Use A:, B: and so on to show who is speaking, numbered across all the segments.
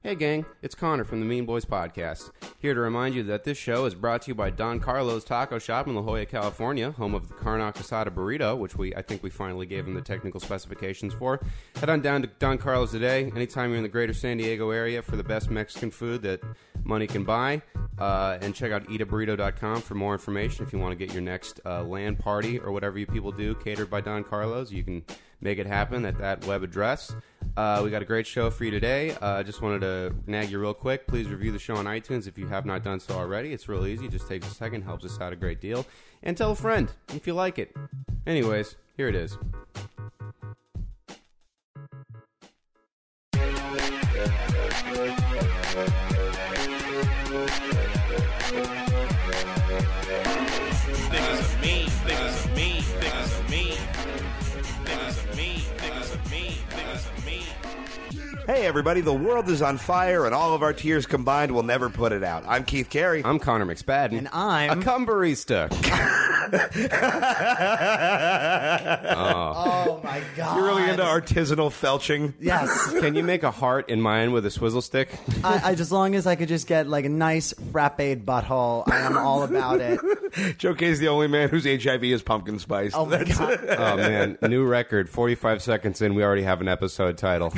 A: Hey, gang, it's Connor from the Mean Boys Podcast, here to remind you that this show is brought to you by Don Carlos Taco Shop in La Jolla, California, home of the Karnak Asada Burrito, which we I think we finally gave them the technical specifications for. Head on down to Don Carlos today, anytime you're in the greater San Diego area, for the best Mexican food that money can buy. Uh, and check out itaburrito.com for more information if you want to get your next uh, land party or whatever you people do catered by Don Carlos. You can make it happen at that web address. Uh, we got a great show for you today. I uh, just wanted to nag you real quick. Please review the show on iTunes if you have not done so already. It's real easy. Just takes a second, helps us out a great deal. And tell a friend if you like it. Anyways, here it is.
B: Niggas are mean, niggas are mean, niggas are mean. Niggas are mean, niggas are mean, niggas are mean.
C: Hey, everybody, the world is on fire, and all of our tears combined will never put it out. I'm Keith Carey.
A: I'm Connor McSpadden.
D: And I'm-
A: a cum barista.
D: Oh my god!
C: You're really into artisanal felching.
D: yes.
A: Can you make a heart in mine with a swizzle stick?
D: I, I, as long as I could just get like a nice frappe butthole, I am all about it.
C: Joe Kay's the only man whose HIV is pumpkin spice.
D: Oh my god!
A: Oh, man. New record. 45 seconds in, we already have an episode title.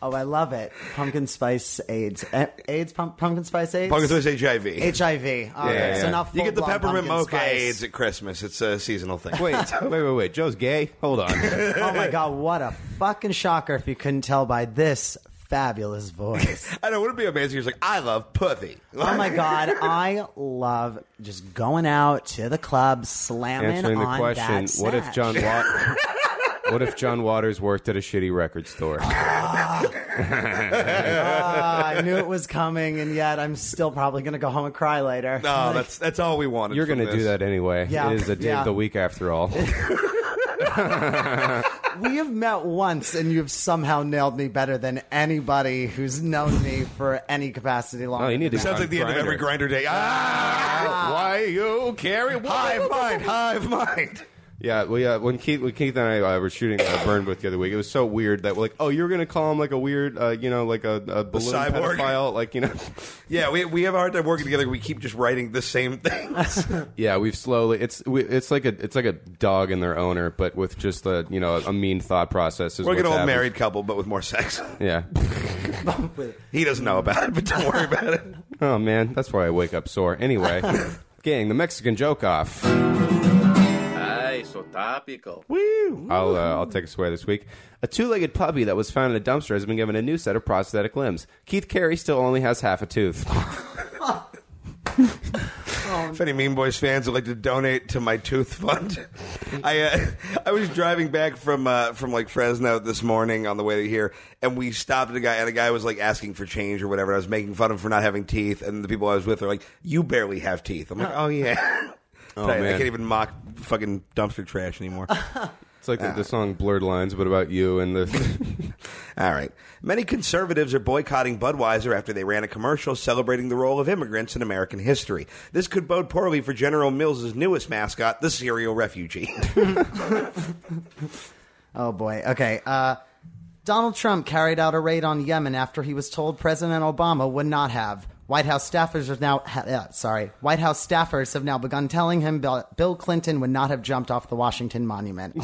D: Oh, I love it. Pumpkin spice AIDS, Eh, AIDS, pump, pumpkin spice AIDS,
C: Pumpkin spice HIV.
D: HIV. All right,
A: yeah,
D: so
A: yeah.
D: not
C: you get the
D: full-blown
C: peppermint
D: pumpkin
C: mocha
D: spice.
C: AIDS at Christmas. It's a seasonal thing.
A: Wait, wait, wait, wait. Joe's gay? Hold on.
D: Oh my god! What a fucking shocker! If you couldn't tell by this fabulous voice.
C: I know. Wouldn't it be amazing? He's like, I love pussy.
D: Oh my god! I love just going out to the club, slamming
A: Answering the
D: on
A: question,
D: that
A: what if
D: sash.
A: John Wat- What if John Waters worked at a shitty record store?
D: Ah, I knew it was coming, and yet I'm still probably going to go home and cry later.
C: No, that's that's all we wanted.
A: You're
C: from
A: going to do
C: this.
A: that anyway.
D: Yeah.
A: It is a day
D: Yeah.
A: of the week after all.
D: We have met once, and you've somehow nailed me better than anybody who's known me for any capacity long.
A: Oh, you need to
C: Sounds like the end of every grinder day. Ah!
A: Why you carry
C: Hive mind, hive mind.
A: Yeah, we, uh, when Keith when Keith and I uh, were shooting uh, Burn with the other week, it was so weird that we're like, oh, you're gonna call him like a weird, uh, you know, like a, a balloon
C: cyborg.
A: pedophile, like you know.
C: Yeah, we, we have a hard time working together. We keep just writing the same things.
A: yeah, we've slowly it's we, it's like a it's like a dog and their owner, but with just a you know a mean thought process. Is
C: We're like an
A: what's
C: old
A: happened.
C: married couple, but with more sex.
A: Yeah.
C: He doesn't know about it, but don't worry about it.
A: Oh man, that's why I wake up sore. Anyway, gang, the Mexican joke off.
E: Ay, so topical.
A: I'll uh, I'll take us away this week. A two-legged puppy that was found in a dumpster has been given a new set of prosthetic limbs. Keith Carey still only has half a tooth.
C: If any Mean Boys fans would like to donate to my tooth fund, I uh, I was driving back from uh, from like Fresno this morning on the way to here, and we stopped at a guy, and the guy was like asking for change or whatever. And I was making fun of him for not having teeth, and the people I was with are like, "You barely have teeth." I'm like, "Oh yeah." I, I
A: man.
C: can't even mock fucking dumpster trash anymore.
A: It's like the, the song "Blurred Lines," but about you and the.
C: All right. Many conservatives are boycotting Budweiser after they ran a commercial celebrating the role of immigrants in American history. This could bode poorly for General Mills' newest mascot, the serial refugee.
D: Oh boy. Okay. Uh, Donald Trump carried out a raid on Yemen after he was told President Obama would not have. White House staffers are now ha- uh, sorry. White House staffers have now begun telling him Bill, Bill Clinton would not have jumped off the Washington Monument.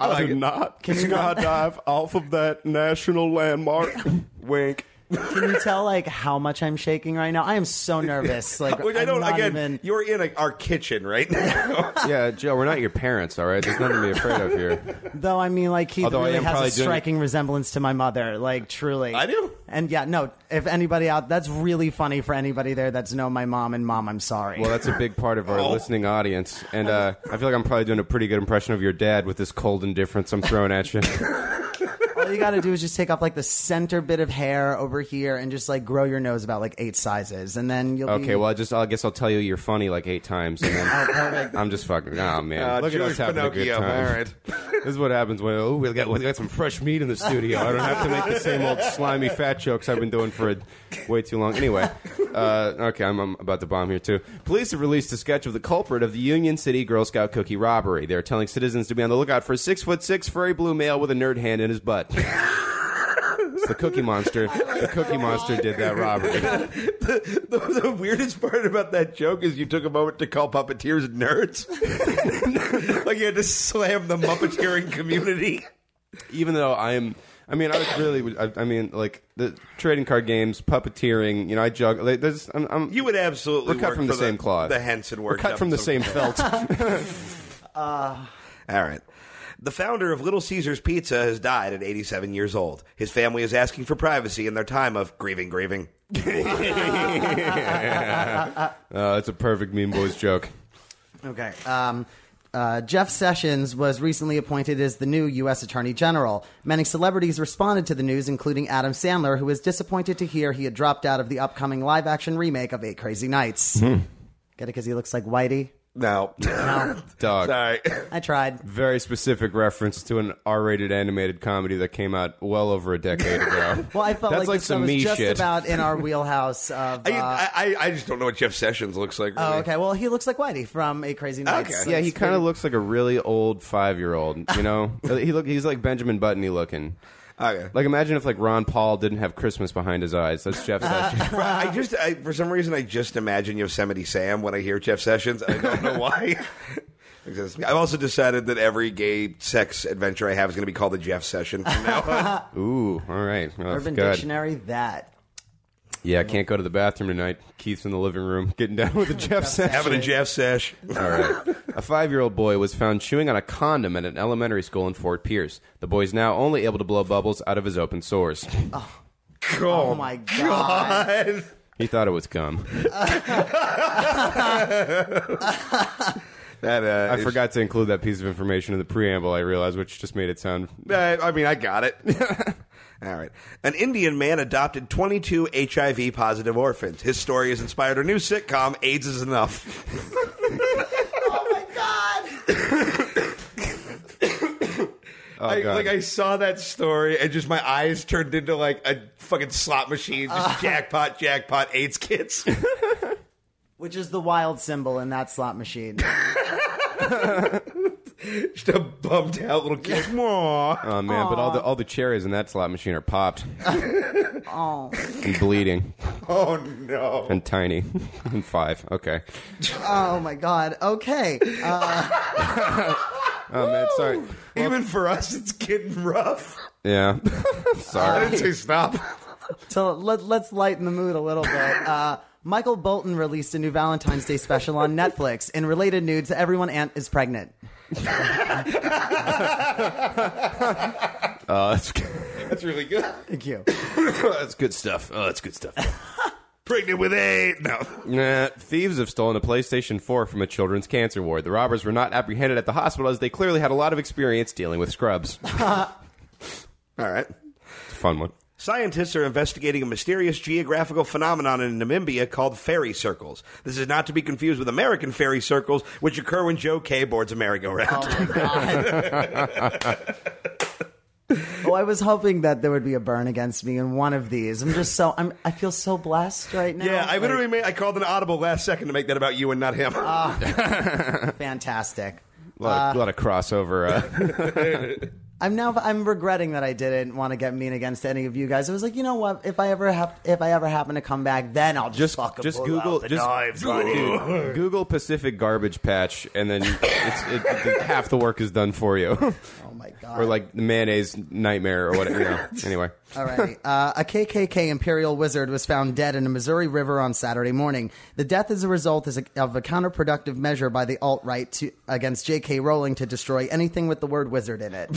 A: I, did not. Can you not dive off of that national landmark? Wink.
D: Can you tell like how much I'm shaking right now? I am so nervous. Like
C: Which I
D: I'm
C: don't.
D: not
C: Again,
D: even-
C: you're in like, our kitchen right now.
A: Yeah, Joe, we're not your parents, all right? There's nothing to be afraid of here.
D: Though I mean, like he
A: Although I
D: really
A: am probably
D: has a
A: doing-
D: striking resemblance to my mother. Like truly,
C: I do?
D: And yeah, no. If anybody out, that's really funny for anybody there that's known my mom and mom. I'm sorry.
A: Well, that's a big part of our
C: Oh.
A: listening audience, and uh, I feel like I'm probably doing a pretty good impression of your dad with this cold indifference I'm throwing at you.
D: All you got to do is just take off like the center bit of hair over here and just like grow your nose about like eight sizes, and then you'll be
A: Okay,
C: Mm.
A: well, I just I guess I'll tell you you're funny like eight times, and
C: Oh,
A: then I'm just fucking. Oh man, look at us
C: Jewish
A: having a good time.
C: All right.
A: This is what happens when oh we got we got some fresh meat in the studio. I don't have to make the same old slimy fat jokes I've been doing for a, way too long. Anyway, uh, okay, I'm, I'm about to bomb here too. Police have released a sketch of the culprit of the Union City Girl Scout cookie robbery. They are telling citizens to be on the lookout for a six foot six furry blue male with a nerd hand in his butt. the Cookie Monster. The Cookie Monster did that robbery.
C: the, the, the weirdest part about that joke is you took a moment to call puppeteers nerds. like you had to slam the muppeteering community.
A: even though I'm, I mean, I was really, I, I mean, like the trading card games, puppeteering. You know, I juggle. Like, there's, I'm, I'm
C: You would absolutely
A: We're cut
C: work
A: from the
C: for
A: same cloth.
C: The Henson
A: we're
C: work
A: cut from the same felt.
C: All right. The founder of Little Caesars Pizza has died at 87 years old. His family is asking for privacy in their time of grieving, grieving.
A: uh, it's a perfect Mean Boys joke.
D: Okay. Um, uh, Jeff Sessions was recently appointed as the new U.S. Attorney General. Many celebrities responded to the news, including Adam Sandler, who was disappointed to hear he had dropped out of the upcoming live action remake of Eight Crazy Nights.
A: Hmm.
D: Get it? Because he looks like Whitey.
C: No.
A: Dog.
C: Sorry.
D: I tried.
A: Very specific reference to an R-rated animated comedy that came out well over a decade ago.
D: Well, I felt
A: That's
D: like,
A: like
D: this
A: some
D: was
A: me
D: just
A: shit.
D: about in our wheelhouse. Of,
C: I,
D: uh,
C: I, I just don't know what Jeff Sessions looks like.
D: oh,
C: really.
D: okay. Well, he looks like Whitey from Eight Crazy Nights.
C: Okay.
D: So
A: yeah, he
D: it's
A: kind
D: pretty-
A: of looks like a really old five-year-old. You know, Uh, he look he's like Benjamin Buttony looking.
C: Okay.
A: Like imagine if like Ron Paul didn't have Christmas behind his eyes. That's Jeff Sessions.
C: I just, I, for some reason, I just imagine Yosemite Sam when I hear Jeff Sessions. and I don't know why. Because I've also decided that every gay sex adventure I have is going to be called the Jeff Session from now on.
A: Ooh, all right. Oh,
D: Urban
A: God.
D: Dictionary. That.
A: Yeah, I can't go to the bathroom tonight. Keith's in the living room getting down with a Jeff Sessions.
C: Having a Jeff Sesh.
A: All right. A five year old boy was found chewing on a condom at an elementary school in Fort Pierce. The boy is now only able to blow bubbles out of his open sores.
D: Oh, my god.
A: He thought it was cum.
C: That, uh,
A: I
C: is-
A: forgot to include that piece of information in the preamble, I realized, which just made it sound.
C: Uh, I mean, I got it. All right. An Indian man adopted 22 HIV positive orphans. His story has inspired a new sitcom, AIDS is Enough.
D: Oh my god.
C: I,
A: God.
C: like, I saw that story and just my eyes turned into like a fucking slot machine. Just jackpot, jackpot, AIDS kids.
D: Which is the wild symbol in that slot machine.
C: just a bummed out little kid. Mwah.
A: Oh, man, but all the, all the cherries in that slot machine are popped. And bleeding.
C: Oh, no.
A: And tiny. and five. Okay.
D: Oh my god. Okay. Uh,
A: Oh, man, sorry.
C: Even for us, it's getting rough.
A: Yeah.
C: I
A: sorry.
C: didn't say stop.
D: so let, let's lighten the mood a little bit. Uh, Michael Bolton released a new Valentine's Day special on Netflix. In related news, everyone aunt is pregnant.
A: Uh, that's, good.
C: That's really good.
D: Thank you.
A: that's good stuff. Oh, that's good stuff.
C: Pregnant with AIDS. No.
A: Nah, thieves have stolen a PlayStation 4 from a children's cancer ward. The robbers were not apprehended at the hospital as they clearly had a lot of experience dealing with scrubs. It's
C: All right.
A: a fun one.
C: Scientists are investigating a mysterious geographical phenomenon in Namibia called fairy circles. This is not to be confused with American fairy circles, which occur when Joe K boards a merry-go-round.
D: Oh, I was hoping that there would be a burn against me in one of these. I'm just so I'm I feel so blessed right now.
C: yeah, I
D: Like,
C: literally made, I called an audible last second to make that about you and not him.
D: fantastic.
A: A lot, of, lot of crossover. Uh,
D: I'm now I'm regretting that I didn't want to get mean against any of you guys. I was like, you know what? If I ever have if I ever happen to come back, then I'll just,
A: just
D: fucking
A: just
D: pull
A: Google
D: out the
A: just
D: knives on you.
A: Google, Google Pacific garbage patch, and then it's, it, it- half the work is done for you.
D: Oh my god!
A: or like mayonnaise nightmare or whatever. You know. Anyway,
D: Alrighty. Uh, a KKK Imperial wizard was found dead in a Missouri river on Saturday morning. The death is a result is a, of a counterproductive measure by the alt right to against J.K. Rowling to destroy anything with the word wizard in it.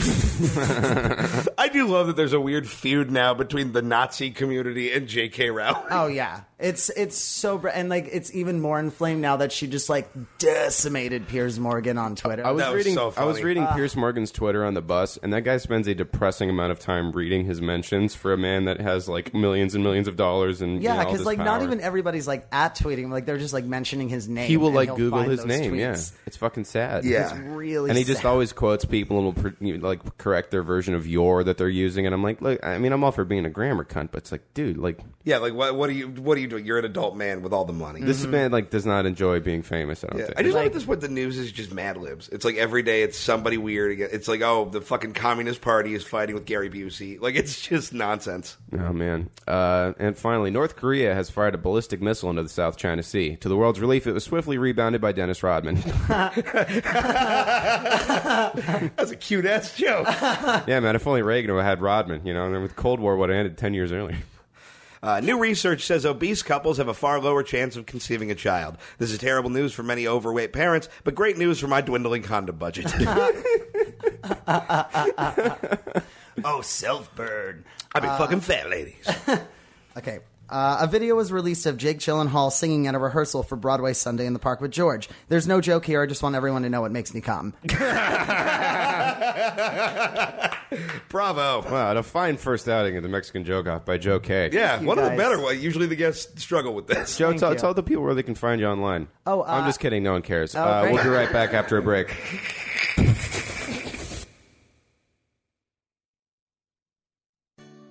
C: I do love that there's a weird feud now between the Nazi community and J K Rowling.
D: oh yeah, it's it's so br- and like it's even more inflamed now that she just like decimated Piers Morgan on Twitter.
A: I was
C: That was
A: reading.
C: so
A: I was
C: funny.
A: reading
D: Ah.
A: Pierce Morgan's Twitter on the bus, and that guy spends a depressing amount of time reading his mentions for a man that has like millions and millions of dollars and you know,
D: yeah,
A: all
D: because
A: this
D: like not
A: power.
D: even everybody's like at tweeting, like they're just like mentioning his name.
A: he will
D: and
A: like
D: he'll
A: Google
D: find
A: his
D: those
A: name.
D: tweets.
A: Yeah, it's fucking sad.
C: Yeah.
D: it's really
A: and he just
D: sad.
A: always quotes people and will pr- you know, like correct their version of your that they're using, and I'm like, look, I mean, I'm all for being a grammar cunt, but it's like, dude, like
C: Yeah, like what? What are you? What are you doing? You're an adult man with all the money.
A: this man like does not enjoy being famous. I don't
C: Mm-hmm. Yeah.
A: think.
C: I just like, at this point the news is just Mad Libs. It's like every day it's somebody weird. again. It's like oh the fucking Communist Party is fighting with Gary Busey. Like it's just nonsense.
A: Oh man! Uh, and finally, North Korea has fired a ballistic missile into the South China Sea. To the world's relief, it was swiftly rebounded by Dennis Rodman.
C: That's a cute ass joke.
A: yeah, man. If only Reagan had Rodman, you know. And then with Cold War would have ended ten years earlier.
C: Uh, new research says obese couples have a far lower chance of conceiving a child. This is terrible news for many overweight parents, but great news for my dwindling condom budget.
F: Oh, self burn.
C: I've been fucking fat ladies.
D: Okay. Uh, a video was released of Jake Gyllenhaal singing at a rehearsal for Broadway Sunday in the Park with George. There's no joke here. I just want everyone to know what makes me come.
C: Bravo.
A: Wow, a fine first outing of the Mexican Joke Off by Joe K.
C: Yeah,
D: Thank you,
C: one of the
D: guys.
C: better ones. Usually the guests struggle with this.
A: Joe, tell,
D: you.
A: tell the people where they can find you online.
D: Oh, uh,
A: I'm just kidding. No one cares.
C: oh,
A: uh,
D: great.
A: we'll be right back after a break.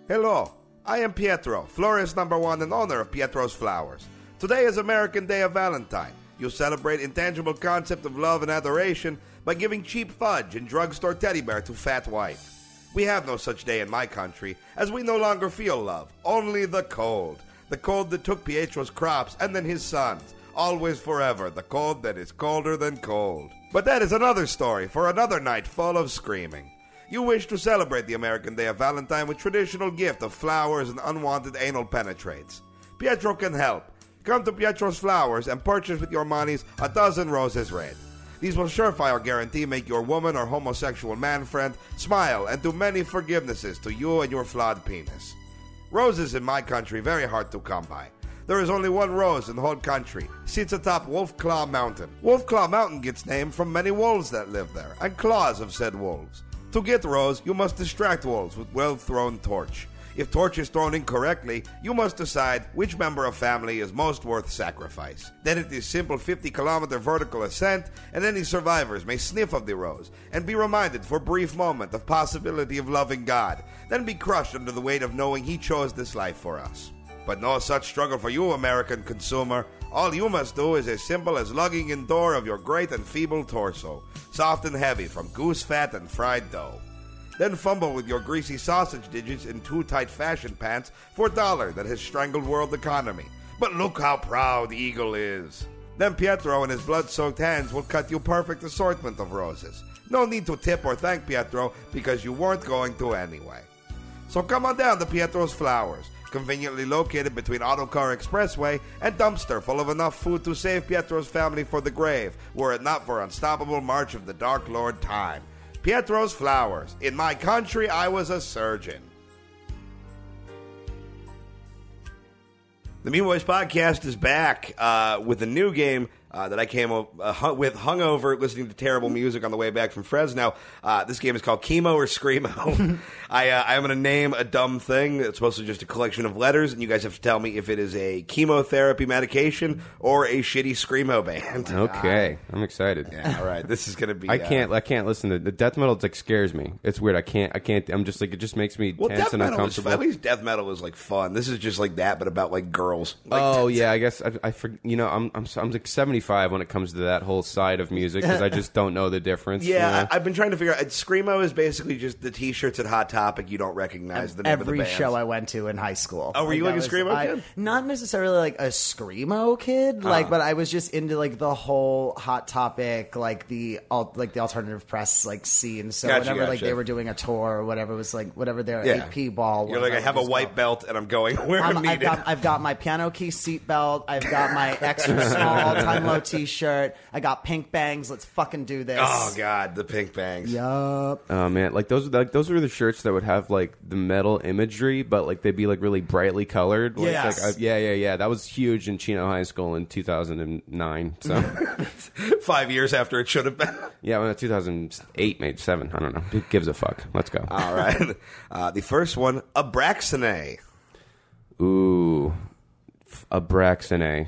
C: Hello, I am Pietro, florist number one and owner of Pietro's Flowers. Today is American Day of Valentine. You celebrate intangible concept of love and adoration by giving cheap fudge and drugstore teddy bear to fat wife. We have no such day in my country, as we no longer feel love, only the cold. The cold that took Pietro's crops and then his sons. Always forever, the cold that is colder than cold. But that is another story for another night full of screaming. You wish to celebrate the American Day of Valentine with traditional gift of flowers and unwanted anal penetrates. Pietro can help. Come to Pietro's Flowers and purchase with your monies a dozen roses red. These will surefire guarantee make your woman or homosexual man friend smile and do many forgivenesses to you and your flawed penis. Roses in my country very hard to come by. There is only one rose in the whole country. Sits atop Wolf Claw Mountain. Wolf Claw Mountain gets name from many wolves that live there, and claws of said wolves. To get rose, you must distract wolves with well thrown torch. If torch is thrown incorrectly, you must decide which member of family is most worth sacrifice. Then it is simple 50 kilometer vertical ascent, and any survivors may sniff of the rose and be reminded for a brief moment of possibility of loving God, then be crushed under the weight of knowing He chose this life for us. But no such struggle for you, American consumer. All you must do is as simple as lugging in door of your great and feeble torso, soft and heavy from goose fat and fried dough. Then fumble with your greasy sausage digits in too tight fashion pants for a dollar that has strangled world economy. But look how proud Eagle is. Then Pietro and his blood-soaked hands will cut you perfect assortment of roses. No need to tip or thank Pietro because you weren't going to anyway. So come on down to Pietro's Flowers, conveniently located between Autocar Expressway and dumpster full of enough food to save Pietro's family for the grave, were it not for unstoppable march of the Dark Lord Time. Pietro's Flowers. In my country, I was a surgeon. The Mean Boys podcast is back uh, with a new game uh, that I came up uh, hung- with hungover, listening to terrible music on the way back from Fresno. Uh, this game is called Chemo or Screamo. I, uh, I'm going to name a dumb thing that's mostly just a collection of letters, and you guys have to tell me if it is a chemotherapy medication or a shitty Screamo band.
A: Okay, I'm excited.
C: Yeah, all right, this is going to be.
A: I
C: uh,
A: can't. I can't listen to the death metal. Like scares me. It's weird. I can't. I can't. I'm just like it. Just makes me
C: Well,
A: tense
C: death
A: and
C: metal is
A: uncomfortable.
C: at least death metal is like fun. This is just like that, but about like girls. Like,
A: oh yeah, I guess I, I for, you know I'm, I'm I'm like 75 when it comes to that whole side of music because I just don't know the difference. you
C: Yeah,
A: know?
C: I, I've been trying to figure out. Screamo is basically just the T-shirts at Hot Topic you don't recognize the name of the
D: Every
C: band.
D: show I went to in high school.
C: Oh, were you like a
D: that was-
C: screamo
D: I-
C: kid? Uh-huh.
D: Not necessarily like a screamo kid, like, but I was just into like the whole hot topic, like the al- like the alternative press like scene. So
C: Gotcha,
D: whenever like
C: gotcha.
D: they were doing a tour or whatever was like whatever their
C: Yeah.
D: AP ball.
C: You're
D: was,
C: like, I
D: would
C: have a
D: just go.
C: white belt and I'm going where I'm,
D: I'm- I've
C: needed.
D: got, I've got my piano key seatbelt. I've got my extra small all time low t shirt. I got pink bangs. Let's fucking do this.
C: oh God, the pink bangs.
D: Yup.
A: Oh man, like those like those were the shirts that would have like the metal imagery, but like they'd be like really brightly colored. Like,
C: Yes.
A: like, I- yeah, yeah, yeah. That was huge in Chino High School in 2009. So
C: Five years after it should have been.
A: yeah, well, 2008, maybe seven. I don't know. Who gives a fuck? Let's go.
C: All right. Uh, the first one, Abraxane.
A: Ooh, a Braxane.
D: I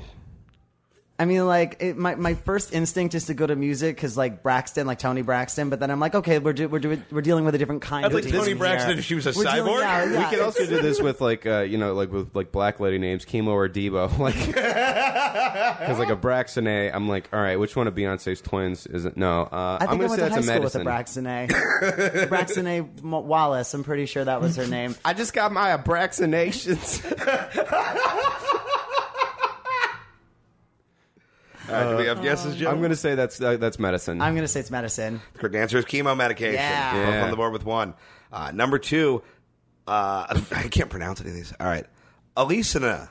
D: I mean, like it, my my first instinct is to go to music because like Braxton, like Tony Braxton, but then I'm like, okay, we're do, we're do, we're dealing with a different kind
C: I'd
D: of
C: like
D: team
C: Tony
D: here.
C: Braxton if she was a
D: We're dealing-
C: cyborg.
D: yeah,
C: We
D: yeah,
A: You can also do this with like uh, you know like with like black lady names Chemo or Debo like because like a Braxton A I'm like all right which one of Beyonce's twins is it no uh,
D: I
A: I'm
D: think I
A: gonna
D: went
A: say
D: to high
A: that's a
D: school with a
A: medicine
D: Braxton A. Braxton A. Mo- Wallace. I'm pretty sure that was her name.
A: I just got my abraxinations
C: All right, Uh, do we have guesses, Joe?
A: I'm gonna say that's uh, that's medicine
D: I'm gonna say it's medicine.
C: Correct answer is chemo medication.
D: Yeah.
C: Both
A: Yeah.
C: on the board with one. Uh, number two, uh, I can't pronounce any of these. All right. Alisina.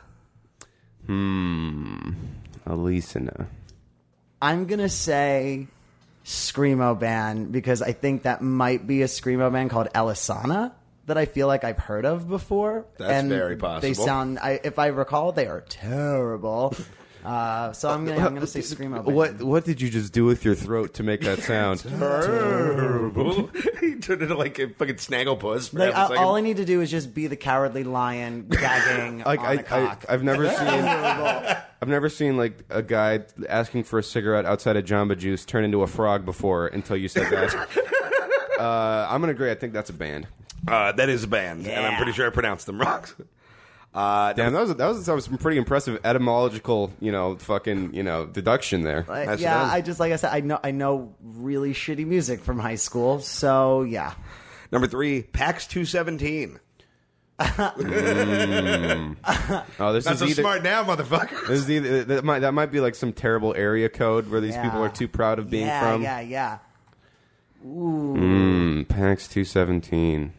A: Alisina
D: I'm gonna say screamo band because I think that might be a screamo band called Elisana that I feel like I've heard of before.
C: That's
D: and
C: very
D: They
C: possible.
D: sound, I, if I recall, they are terrible. Uh, so I'm gonna, I'm gonna say screamo band.
A: what what did you just do with your throat to make that sound
C: Terrible. he turned into like a fucking snagglepuss. For
D: Like,
C: half a
D: I, uh, all I
C: second.
D: need to do is just be the cowardly lion gagging
A: like
D: on
A: I,
D: a cock.
A: I I've never seen I've never seen like a guy asking for a cigarette outside of Jamba Juice turn into a frog before until you said that. uh, I'm gonna agree. I think that's a band.
C: uh, that is a band, and I'm
D: Yeah.
C: pretty sure I pronounced them wrong. Uh,
A: Damn, that was that was, that was some pretty impressive etymological, you know, fucking, you know, deduction there.
D: But
C: That's
D: Uh, yeah,
C: done.
D: I just like I said, I know I know really shitty music from high school, so yeah.
C: number three, PAX 217.
A: Oh, this
C: Not
A: is
C: so
A: either.
C: smart now, motherfucker.
A: This is either that might that might be like some terrible area code where these
D: Yeah.
A: people are too proud of being
D: yeah,
A: from.
D: yeah, yeah.
A: Mm, PAX two seventeen.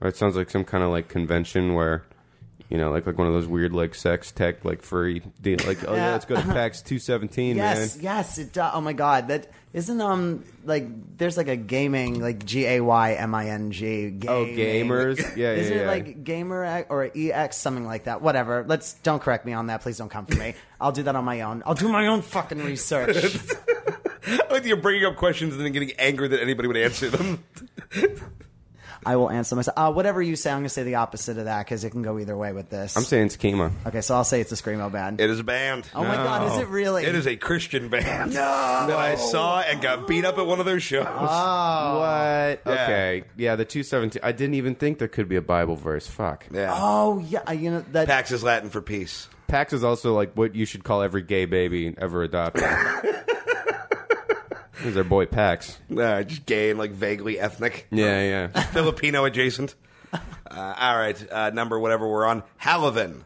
A: Or it sounds like some kind of like convention where, you know, like like one of those weird like sex tech like furry deal. Like oh yeah,
D: Yeah.
A: let's go to PAX two seventeen,
D: Yes,
A: man.
D: yes, it does. Oh my god, that isn't um like there's like a gaming like G A Y M I N G.
A: Oh gamers, yeah, yeah,
D: Isn't
A: yeah.
D: it like gamer X or EX something like that? Whatever. Let's don't correct me on that. Please don't come for me. I'll do that on my own. I'll do my own fucking research.
C: I like that you're bringing up questions and then getting angry that anybody would answer them.
D: I will answer myself. Uh, whatever you say, I'm gonna say the opposite of that because it can go either way with this.
A: I'm saying it's Kima.
D: okay, so I'll say it's a screamo band.
C: It is a band.
D: oh my god, is it really?
C: It is a Christian band. No, that I saw and got beat up at one of their shows.
D: Ah. Oh.
A: What?
C: Yeah.
A: Okay. Yeah, the 217. I didn't even think there could be a Bible verse. Fuck.
C: yeah.
D: Oh yeah, I- you know that.
C: Pax is Latin for peace.
A: Pax is also like what you should call every gay baby ever adopted. There's our boy Pax.
C: Uh, just gay and like vaguely ethnic,
A: Yeah, yeah.
C: Filipino adjacent. Uh, all right, uh, number whatever we're on, Halavan.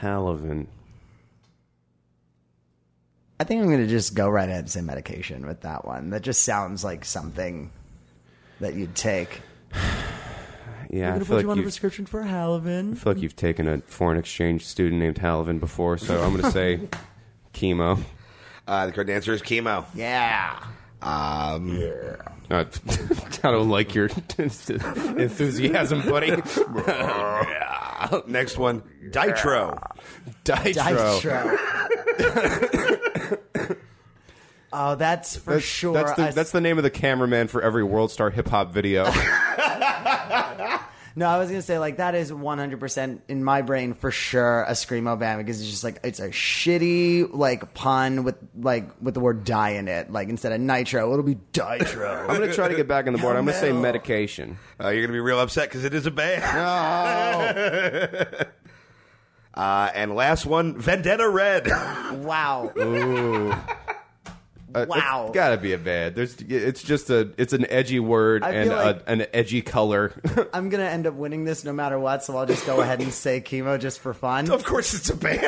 A: Halavan.
D: I think I'm gonna just go right ahead and say medication with that one. That just sounds like something that you'd take.
A: Yeah, I
D: gonna
A: feel,
D: put
A: like
D: you on a
A: you've,
D: prescription for Halvin.
A: I feel like you've taken a foreign exchange student named Halavan before, so I'm going to say chemo.
C: Uh, the correct answer is chemo.
D: Yeah.
C: Um,
A: Uh, I don't like your enthusiasm, buddy.
C: Oh, Next one, Ditro.
A: Ditro.
D: Ditro. oh, that's for sure.
A: That's the,
D: I s-
A: that's the name of the cameraman for every World Star hip hop video.
D: no, I was gonna say like that is 100 percent in my brain for sure a screamo band because it's just like it's a shitty like pun with like with the word die in it. Like instead of nitro, it'll be ditro.
A: I'm going to try to get back on the board. I'm going to say
D: Hell no.
A: medication.
C: Uh, you're gonna be real upset because it is a band. Uh, and last one, Vendetta Red.
D: wow.
A: Uh,
D: Wow.
A: it's gotta be a bad. There's, it's just a, it's an edgy word
D: I
A: and
D: feel like-
A: a, an edgy color.
D: I'm gonna end up winning this no matter what, so I'll just go ahead and say chemo just for fun.
C: of course, it's a band.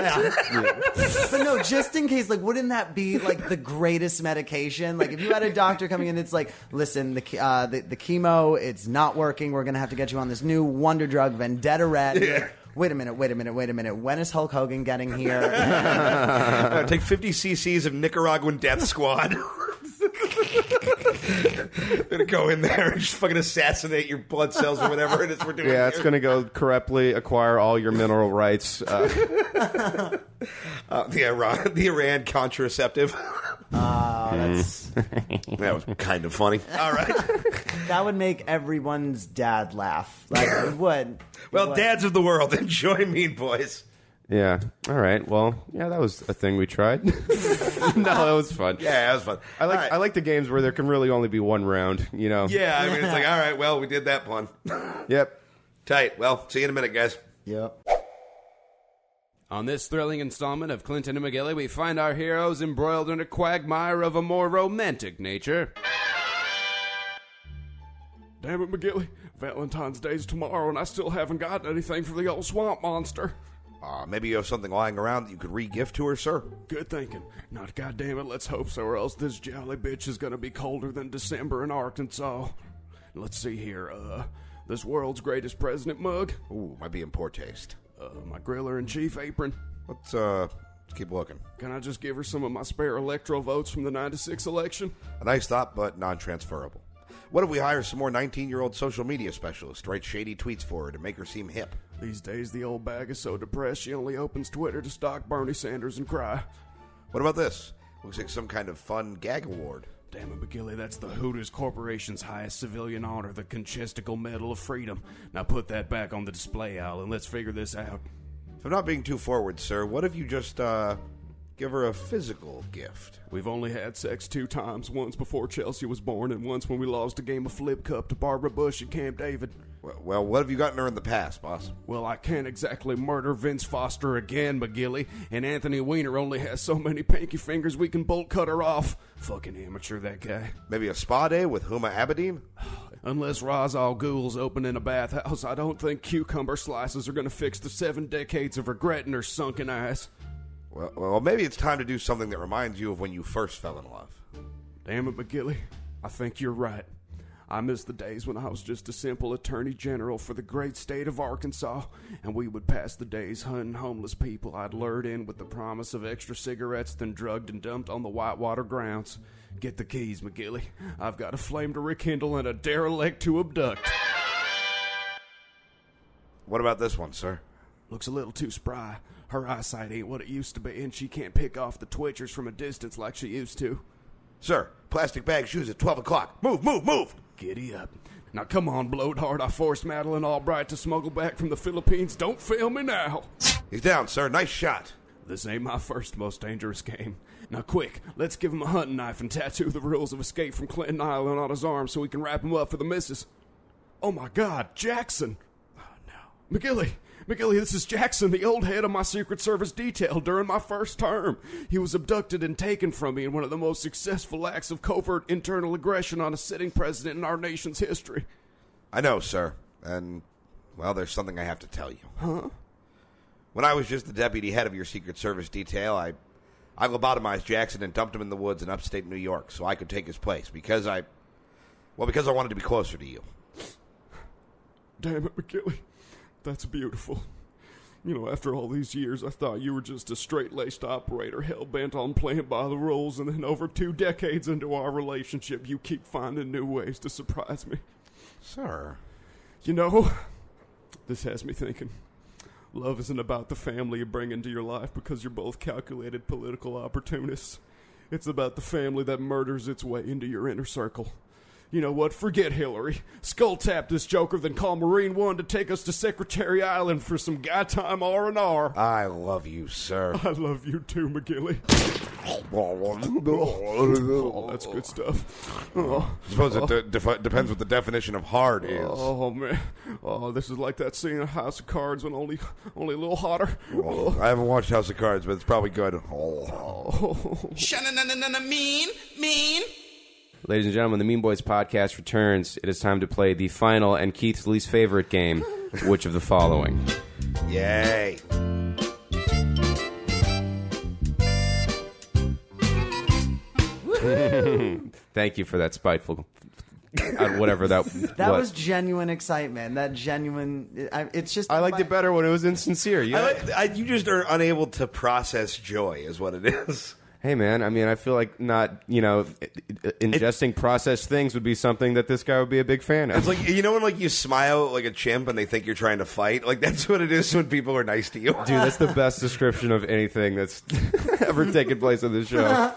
D: But no, just in case, like, wouldn't that be like the greatest medication? Like, if you had a doctor coming in, it's like, listen, the che- uh, the, the chemo, it's not working. We're gonna have to get you on this new wonder drug, Vendetta Red. Wait a minute, wait a minute, wait a minute. When is Hulk Hogan getting here?
C: Uh, take 50 cc's of Nicaraguan Death Squad. They're gonna go in there and just fucking assassinate your blood cells or whatever it is we're doing.
A: yeah, it's
C: here.
A: gonna go correctly acquire all your mineral rights. Uh,
C: Uh, the Iran, the Iran contraceptive.
D: Oh, that's,
C: that was kind of funny. All right.
D: that would make everyone's dad laugh. Like, it would. It
C: Well,
D: would.
C: dads of the world, enjoy Mean Boys.
G: Yeah. All right. Well, yeah, that was a thing we tried. no, that was fun.
C: Yeah, that was fun.
G: I like
C: All right.
G: I like the games where there can really only be one round. You know.
C: Yeah, I mean, it's like, all right, well, we did that pun.
G: Yep.
C: Tight. Well, see you in a minute, guys.
D: Yep.
G: On this thrilling installment of Clinton and McGilly, we find our heroes embroiled in a quagmire of a more romantic nature. Damn it, McGilly. Valentine's Day's tomorrow, and I still haven't gotten anything for the old swamp monster.
C: Uh, maybe you have something lying around that you could re-gift to her, sir.
G: Good thinking. Not goddamn it, let's hope so, or else this jolly bitch is gonna be colder than December in Arkansas. Let's see here, uh, this world's greatest president mug,
C: Ooh, might be in poor taste.
G: uh, my griller in chief apron.
C: Let's uh, let's keep looking.
G: Can I just give her some of my spare electro votes from the 96 election?
C: A nice thought, but non-transferable. What if we hire some more 19-year-old social media specialists to write shady tweets for her to make her seem hip?
G: These days, the old bag is so depressed she only opens Twitter to stalk Bernie Sanders and cry.
C: What about this? Looks like some kind of fun gag award.
G: Damn it, McGilly, that's the Hooters Corporation's highest civilian honor, the Conchestical Medal of Freedom. Now put that back on the display aisle and let's figure this out.
C: If I'm not being too forward, sir, what if you just uh, give her a physical gift?
G: We've only had sex two times once before Chelsea was born, and once when we lost a game of Flip Cup to Barbara Bush and Camp David.
C: Well, well, what have you gotten her in the past, boss?
G: Well, I can't exactly murder Vince Foster again, McGilly, and Anthony Weiner only has so many pinky fingers we can bolt cut her off. Fucking amateur, that guy.
C: Maybe a spa day with Huma Abedin?
G: Unless Ra's al Ghul's opening a bathhouse, I don't think cucumber slices are gonna fix the seven decades of regret in her sunken eyes.
C: Well, well, maybe it's time to do something that reminds you of when you first fell in love.
G: Damn it, McGilly. I think you're right. I miss the days when I was just a simple attorney general for the great state of Arkansas, and we would pass the days hunting homeless people I'd lured in with the promise of extra cigarettes, then drugged and dumped on the whitewater grounds. Get the keys, McGilly. I've got a flame to rekindle and a derelict to abduct.
C: What about this one, sir?
G: Looks a little too spry. Her eyesight ain't what it used to be, and she can't pick off the twitchers from a distance like she used to.
C: Sir, plastic bag shoes at 12 o'clock. Move, move, move!
G: Giddy up. Now come on, Bloathard. I forced Madeline Albright to smuggle back from the Philippines. Don't fail me now.
C: He's down, sir. Nice shot.
G: This ain't my first most dangerous game. Now quick, let's give him a hunting knife and tattoo the rules of escape from Clinton Island on his arm so we can wrap him up for the missus. Oh my god, Jackson! Oh no. McGilly! McGilly, this is Jackson, the old head of my Secret Service detail during my first term. He was abducted and taken from me in one of the most successful acts of covert internal aggression on a sitting president in our nation's history.
C: I know, sir. And, well, there's something I have to tell you. Huh? When I was just the deputy head of your Secret Service detail, I, I lobotomized Jackson and dumped him in the woods in upstate New York so I could take his place because I, well, because I wanted to be closer to you.
G: Damn it, McKinley. That's beautiful. You know, after all these years, I thought you were just a straight laced operator, hell bent on playing by the rules, and then over two decades into our relationship, you keep finding new ways to surprise me.
C: Sir.
G: You know, this has me thinking. Love isn't about the family you bring into your life because you're both calculated political opportunists. It's about the family that murders its way into your inner circle. You know what? Forget Hillary. Skull tap this joker, then call Marine One to take us to Secretary Island for some guy time R and R.
C: I love you, sir.
G: I love you too, McGilly. Oh, that's good stuff. Oh.
C: suppose it de- defi- depends what the definition of hard is.
G: Oh man, oh this is like that scene in House of Cards when only, only a little hotter. Oh.
C: I haven't watched House of Cards, but it's probably good.
G: Ladies and gentlemen, the Mean Boys podcast returns. It is time to play the final and Keith's least favorite game. Which of the following?
C: Yay.
G: Thank you for that spiteful, uh, whatever that.
D: That was genuine excitement. That genuine. I- It's just.
G: I liked it better when it was insincere. You
C: I
G: know?
C: like, I, you just are unable to process joy, is what it is.
G: hey man, I mean, I feel like not you know, i- i- ingesting processed things would be something that this guy would be a big fan of.
C: It's like you know when like you smile like a chimp and they think you're trying to fight. Like that's what it is when people are nice to you.
G: Dude, that's the best description of anything that's ever taken place on this show.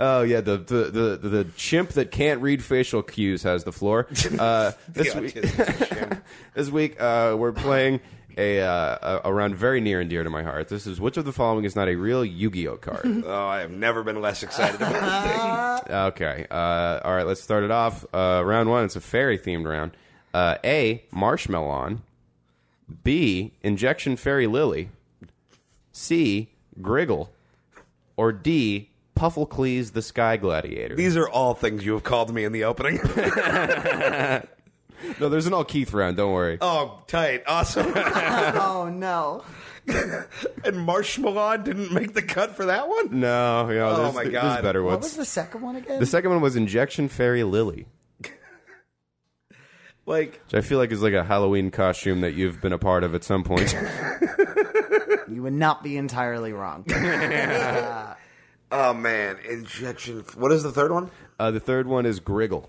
G: Oh yeah, the, the the the chimp that can't read facial cues has the floor. Uh, this
C: Yeah,
G: week,
C: it's a chimp.
G: this week uh, we're playing
A: a, uh, a- around very near and dear to my heart. This is which of the following is not a real Yu-Gi-Oh card?
C: Oh, I have never been less excited about this thing.
A: okay, uh, all right. Let's start it off. Uh, round one. It's a fairy themed round. Uh, a marshmallow. B injection fairy lily. C griggle, or D Pufflecles the sky gladiator.
C: These are all things you have called me in the opening.
A: no, there's an all Keith round. Don't worry.
C: oh, tight. Awesome.
D: Oh no.
C: and Marshmallow didn't make the cut for that one?
A: No, you know,
C: Oh,
A: there's,
C: my
A: there's
C: God.
A: better
D: What
A: ones.
D: was the second one again?
A: The second one was Injection Fairy Lily,
C: Like,
A: which I feel like is like a Halloween costume that you've been a part of at some point.
D: you would not be entirely wrong.
C: oh, man. Injection. What is the third one?
A: uh, the third one is Griggle.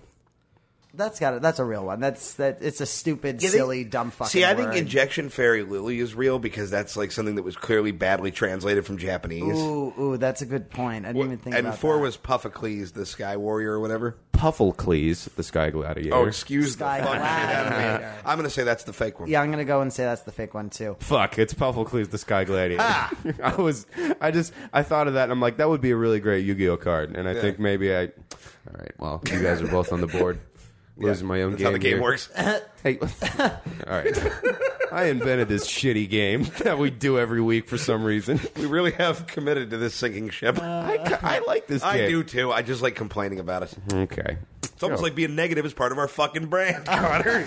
D: That's got it. That's a real one. That's that. It's a stupid,
C: Yeah, they-
D: silly, dumb fucking.
C: See, I think
D: word.
C: injection fairy lily is real because that's like something that was clearly badly translated from Japanese.
D: Ooh, ooh, that's a good point. I didn't even think
C: and
D: about
C: four
D: that.
C: was Puffacles, the Sky Warrior or whatever.
A: Pufflecles, the Sky Gladiator.
C: Oh, excuse
D: Sky
C: the fuck out of me.
D: Gladiator.
C: I'm gonna say that's the fake one.
D: Yeah, I'm gonna go and say that's the fake one too.
A: Fuck, it's Pufflecles, the Sky Gladiator.
C: Ah.
A: I was, I just, I thought of that and I'm like, that would be a really great Yu Gi Oh card. And I think maybe I, all right, well, you guys are both on the board. Losing my own
C: that's
A: game.
C: how the game
A: here.
C: works.
A: Hey, all right. I invented this shitty game that we do every week for some reason.
C: we really have committed to this sinking ship.
D: Uh,
A: I, ca- I like this game.
C: I do too. I just like complaining about it.
A: Okay.
C: It's almost like being negative is part of our fucking brand, Connor.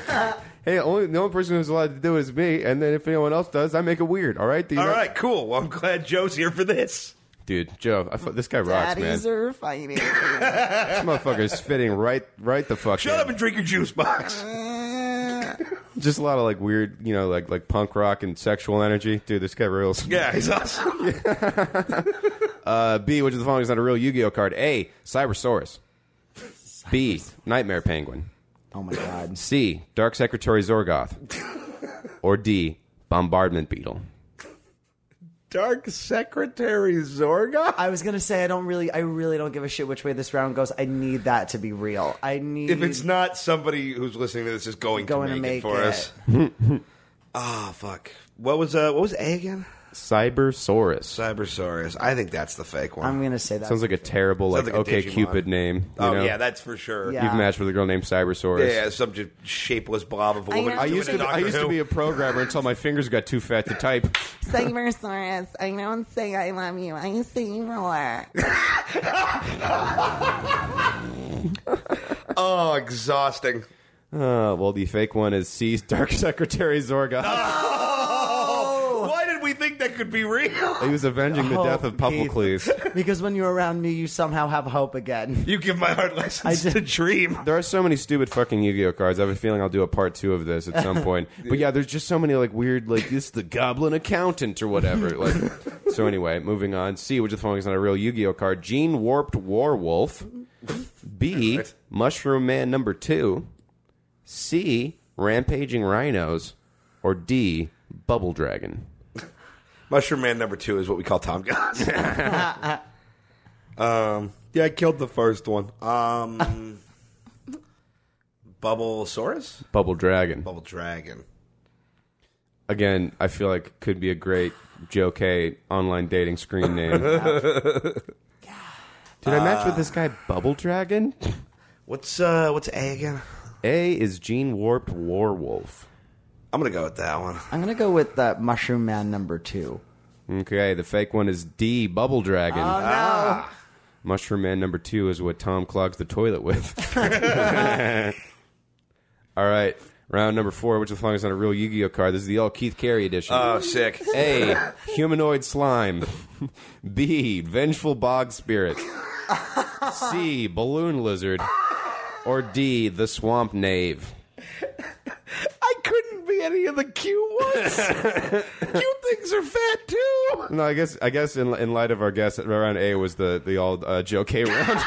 A: Hey, only the only person who's allowed to do it is me, and then if anyone else does, I make it weird. All right, Do you
C: All
A: know-
C: right, cool. Well, I'm glad Joe's here for this.
A: dude, Joe, I fu- this guy rocks,
D: Daddies
A: man.
D: are fighting.
A: This motherfucker's fitting right, right the fuck.
C: Shut
A: in.
C: up and drink your juice box.
D: Uh.
A: Just a lot of like weird, you know, like like punk rock and sexual energy, dude. This guy rules.
C: Yeah, he's awesome.
A: Uh, B, which of the following is not a real Yu-Gi-Oh card? A, Cybersaurus. B, Nightmare Penguin.
D: oh my god.
A: C, Dark Secretary Zorgoth. or D, Bombardment Beetle.
C: Dark Secretary Zorga.
D: I was gonna say I don't really, I really don't give a shit which way this round goes. I need that to be real. I need
C: If it's not somebody who's listening to this is going,
D: Going
C: to
D: to
C: make, it
D: make
C: for
D: it.
C: us. Ah, fuck. What was uh what was A again?
A: Cybersaurus.
C: Cybersaurus. I think that's the fake one.
D: I'm gonna say that
A: Sounds like a terrible, like,
C: Sounds like a
A: OK
C: Digimon.
A: Cupid name. you
C: oh
A: know?
C: yeah, that's for sure.
D: Yeah.
A: You've matched with a girl named Cybersaurus.
C: Yeah, yeah, some just shapeless blob of a
D: I
C: woman.
D: know.
A: I
D: Doing
A: used to.
C: Doctor
A: I used to
C: Who.
A: be a programmer until my fingers got too fat to type.
H: Cybersaurus, I don't say I love you. I say roar.
C: oh, exhausting.
A: Uh, well, the fake one is C's Dark Secretary Zorgoth.
C: Why did we think that could be real?
A: He was avenging the
D: Oh,
A: death of Pufflecles.
D: because when you're around me, you somehow have hope again.
C: You give my heart license
D: I did-
C: to dream.
A: There are so many stupid fucking Yu-Gi-Oh cards. I have a feeling I'll do a part two of this at some point. But yeah, there's just so many like weird like this is the Goblin Accountant or whatever. Like, so anyway, moving on. C, which is the following is not a real Yu-Gi-Oh card. Gene Warped Warwolf. B,
C: Right.
A: Mushroom Man Number Two. C, Rampaging Rhinos, or D, Bubble Dragon.
C: Mushroom Man number two is what we call Tom Goss. um, yeah, I killed the first one. Um, Bubblesaurus,
A: Bubble Dragon.
C: Bubble Dragon.
A: Again, I feel like could be a great Joe K online dating screen name. Did I match with this guy Bubble Dragon?
C: What's uh, what's A again?
A: A is Gene Warped Warwolf.
C: I'm gonna go with that one.
D: I'm gonna go with that Mushroom Man number two.
A: Okay, the fake one is D Bubble Dragon. Ah.
D: No,
A: Mushroom Man number two is what Tom clogs the toilet with. All right, round number four, which is long is not a real Yu Gi Oh card. This is the all Keith Carey edition.
C: Oh, sick.
A: A. Humanoid slime. B. Vengeful bog spirit. C. Balloon lizard. Or D. The swamp knave.
C: I couldn't be any of the cute ones. cute things are fat too.
A: No, I guess I guess in, in light of our guess, round A was the the all uh, Joe K round.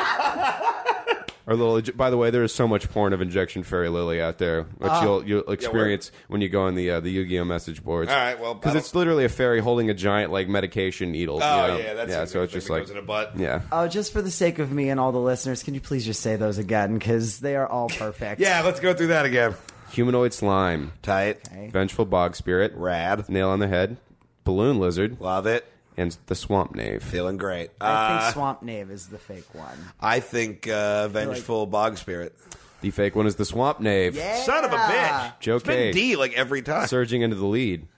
A: Our little. By the way, there is so much porn of injection fairy lily out there, which
C: Ah.
A: you'll you'll experience when you go on the uh, the Yu Gi Oh message boards.
C: All right, well,
A: because
C: I
A: it's literally a fairy holding a giant like medication needle.
C: Oh
A: you know?
C: yeah, that's
A: yeah.
C: the
A: So it's
C: thing
A: just
C: that
A: like
C: goes in a butt.
A: yeah.
D: oh, just for the sake of me and all the listeners, can you please just say those again because they are all perfect.
C: Yeah, let's go through that again.
A: Humanoid slime.
C: Tight.
A: Vengeful bog spirit.
C: Rad.
A: Nail on the head. Balloon lizard.
C: Love it.
A: And the swamp knave.
C: Feeling great.
D: I
C: Uh,
D: think Swamp Knave is the fake one.
C: I think uh, Vengeful Bog Spirit.
A: The fake one is the swamp knave.
C: Son of a bitch.
A: Joe
C: It's been
A: Cage.
C: D like every time.
A: Surging into the lead.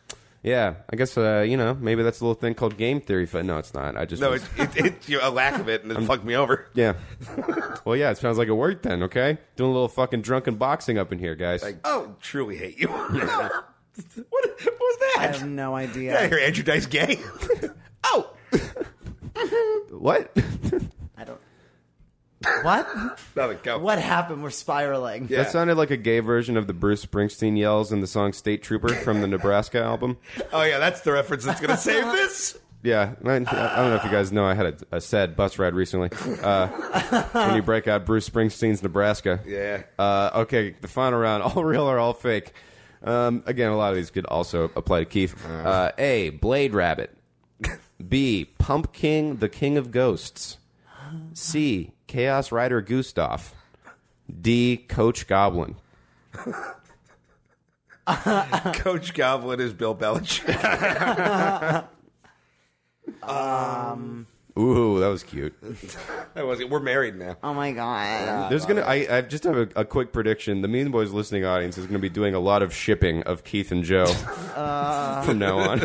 A: Yeah, I guess uh, you know maybe that's a little thing called game theory. But no, it's not. I just
C: no,
A: was-
C: it's it, it, you know, a lack of it, and it fucked me over.
A: yeah. well, yeah, it sounds like it worked then. Okay, doing a little fucking drunken boxing up in here, guys.
C: Oh, truly hate you. what, what was that?
D: I have no
C: Get out of
D: idea.
C: here, Andrew Dice Gay. oh,
A: what?
D: I don't. What?
C: nothing. Go.
D: What happened? We're spiraling.
C: Yeah.
A: That sounded like a gay version of the Bruce Springsteen yells in the song "State Trooper" from the Nebraska album.
C: Oh yeah, that's the reference that's gonna save this.
A: Yeah, I, I don't know if you guys know, I had a, a sad bus ride recently. Uh, when you break out Bruce Springsteen's Nebraska.
C: Yeah.
A: Uh, okay, the final round, all real or all fake. Um, again, a lot of these could also apply to Keith. Uh, a. Blade Rabbit. B. Pump King, the King of Ghosts. C. Chaos Rider Gustav. D. Coach Goblin.
C: Coach Goblin is Bill Belichick.
A: Ooh, that was cute.
C: that was it. We're married now.
D: Oh my god.
A: There's gonna. I, I just have a, a quick prediction. The Mean Boys listening audience is gonna be doing a lot of shipping of Keith and Joe from now on.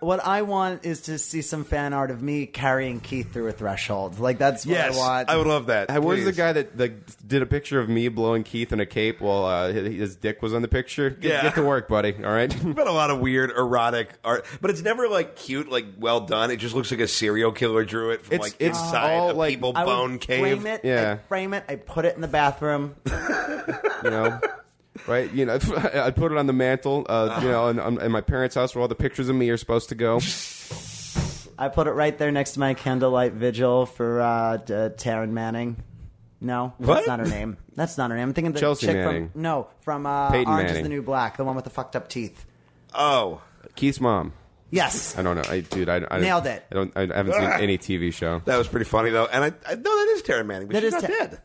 D: What I want is to see some fan art of me carrying Keith through a threshold. Like that's what
C: Yes,
D: I want.
C: I would love that.
A: I was the
C: Please.
A: guy that like, did a picture of me blowing Keith in a cape while uh, his his dick was on the picture. Get,
C: Yeah.
A: get to work, buddy. All right.
C: There's been a lot of weird erotic art, but it's never like cute, like well done. It just looks like a serial killer drew it from
A: It's-
C: like
A: it's
C: inside
A: all,
C: a
A: like,
C: people
D: I would
C: bone cave.
D: Frame it.
A: Yeah.
D: I frame it. I put it in the bathroom.
A: you know. Right, you know, I put it on the mantle, uh, you know, in, in my parents' house where all the pictures of me are supposed to go.
D: I put it right there next to my candlelight vigil for uh, d- Taryn Manning. No,
C: What?
D: that's not her name. That's not her name. I'm thinking the
A: Chelsea
D: chick
A: Manning.
D: from no from uh, Orange
A: Peyton
D: is the
A: Manning.
D: New Black, the one with the fucked up teeth.
C: Oh,
A: Keith's mom.
D: Yes,
A: I don't know, I, dude. I, I
D: Nailed it.
A: I don't. I haven't seen any TV show.
C: that was pretty funny though. And I, I no, that is Taryn Manning, but
D: That
C: she's
D: is
C: not
D: Ta-
C: dead.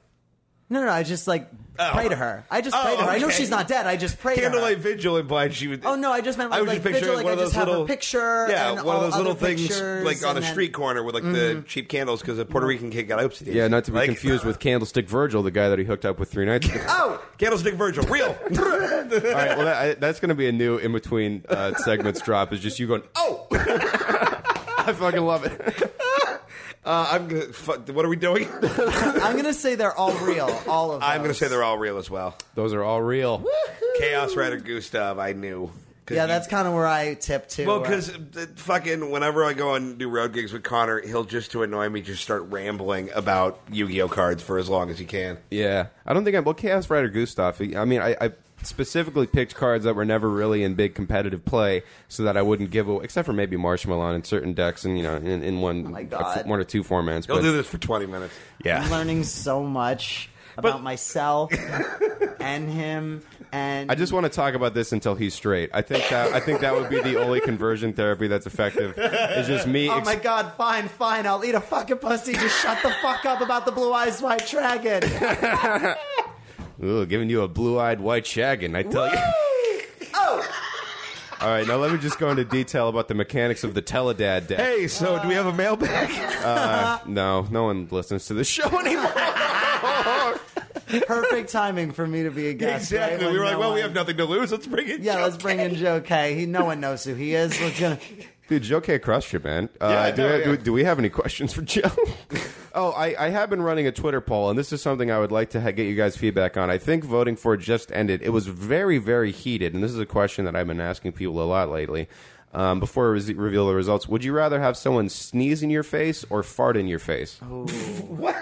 D: no, no, no. I just like
C: Oh.
D: pray to her. I just
C: Oh,
D: pray to her. I know
C: okay.
D: she's not dead. I just pray
C: Candlelight
D: to her.
C: Vigil implied she would.
D: Oh no, I just meant like,
C: was
D: like
C: just picturing
D: vigil. Like,
C: one
D: I
C: of
D: just
C: those
D: have
C: little
D: a picture.
C: Yeah, one
D: and
C: of
D: all
C: those little
D: other
C: things
D: pictures,
C: like on a
D: and then- Mm-hmm.
C: street corner with like the cheap candles because a Puerto Rican kid got obsidian.
A: Yeah, not to be
C: Like-
A: confused with Candlestick Virgil, the guy that he hooked up with three nights ago.
C: Oh, candlestick Virgil, real.
A: All right, well, that, I, that's going to be a new in between uh, segments drop. Is just you going, oh, I fucking love it.
C: Uh, I'm gonna. Fuck, what are we doing?
D: I'm gonna say they're all real. All of.
C: I'm gonna
D: those.
C: say they're all real as well.
A: Those are all real.
C: Chaos Rider Gustav, I knew. 'Cause
D: Yeah,
C: he-
D: that's kind of where I tip to. uh,
C: Well,
D: where-
C: because fucking whenever I go and do road gigs with Connor, he'll just to annoy me just start rambling about Yu-Gi-Oh cards for as long as he can.
A: Yeah, I don't think I'm. Well, Chaos Rider Gustav. I mean, I, I specifically picked cards that were never really in big competitive play, so that I wouldn't give away, except for maybe Marshmallow in certain decks, and you know, in, in one,
D: Oh my God.
A: one or two formats.
C: He'll
A: but-
C: do this for twenty minutes.
D: I'm
A: yeah.
D: learning so much about
C: But-
D: myself and him and
A: I just want to talk about this until he's straight. I think that I think that would be the only conversion therapy that's effective. It's just me.
D: Oh
A: ex-
D: my god, fine, fine, I'll eat a fucking pussy. Just shut the fuck up about the blue eyes white dragon.
A: Ooh, giving you a blue-eyed white shaggin', I tell you.
D: Oh
A: All right, now let me just go into detail about the mechanics of the Teledad deck. Uh,
C: Hey, so do we have a mailbag?
A: No, no one listens to the show anymore.
D: perfect timing for me to be a guest. right?
C: exactly.
D: When
C: We were like,
D: no
C: well, we
D: one-
C: have nothing to lose. Let's bring it.
D: Yeah, let's bring in Joe K. He no one knows who he is. Let's gonna
A: Dude, Joe K crushed you, man. Uh,
C: Yeah, I
A: do,
C: know,
A: we,
C: yeah.
A: do, do we have any questions for Joe? oh, I, I have been running a Twitter poll, and this is something I would like to ha- get you guys feedback on. I think voting for just ended. It was very, very heated, and this is a question that I've been asking people a lot lately. Um, before we re- reveal the results, would you rather have someone sneeze in your face or fart in your face?
C: What?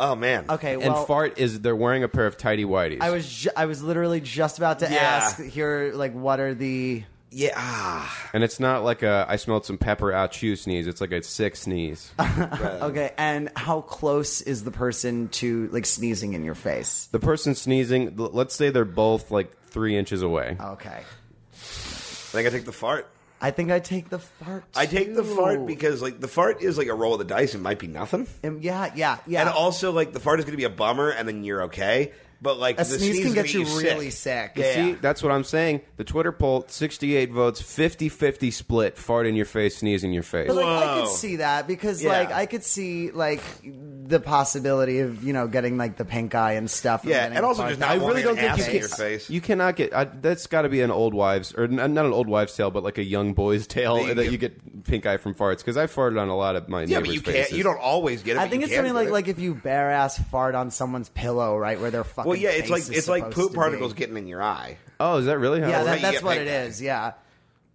C: Oh man.
D: Okay,
A: and
D: well
A: fart is they're wearing a pair of tidy whities.
D: I was ju- I was literally just about to
C: Yeah.
D: ask here like what are the
C: Yeah. ah.
A: And it's not like a I smelled some pepper out you sneeze. It's like a sick sneeze.
D: Okay, and how close is the person to like sneezing in your face?
A: the person sneezing, l- let's say they're both like three inches away.
D: Okay.
C: I think I take the fart.
D: I think I take the fart.
C: I take the
D: too.
C: fart because like the fart is like a roll of the dice. It might be nothing.
D: Um, yeah, yeah, yeah.
C: And also, like, the fart is going to be a bummer, and then you're okay. But like the
D: A sneeze can
C: can
D: get you really
C: sick.
D: sick.
C: Yeah.
A: See, that's what I'm saying. The Twitter poll, 68 votes, 50-50 split, fart in your face, sneeze in your face.
D: But like, I
C: Whoa.
D: could see that because
C: Yeah.
D: like I could see like the possibility of you know getting like the pink eye and stuff.
C: Yeah,
D: getting
C: and also
D: fucked
C: just
D: up.
C: not I really wanting don't an think you ass
A: can-
C: in your face.
A: You cannot get I, that's got to be an old wives or n- not an old wives tale, but like a young boy's tale
C: you
A: that
C: get-
A: you get pink eye from farts. Because I farted on a lot of my
C: Yeah,
A: neighbors'
C: but you
A: faces.
C: can't. You don't always get it.
D: I
C: but
D: think
C: you
D: it's
C: can
D: something
C: get
D: like
C: it.
D: like if you bare ass fart on someone's pillow, right where their fucking
C: Well, yeah, it's
D: face
C: like
D: is
C: it's like
D: supposed
C: poop
D: to
C: particles
D: be.
C: getting in your eye.
A: Oh, is that really how?
D: Yeah,
A: it
D: that,
A: works?
C: you
D: that's
C: get
D: what it
C: pink
D: is. Yeah,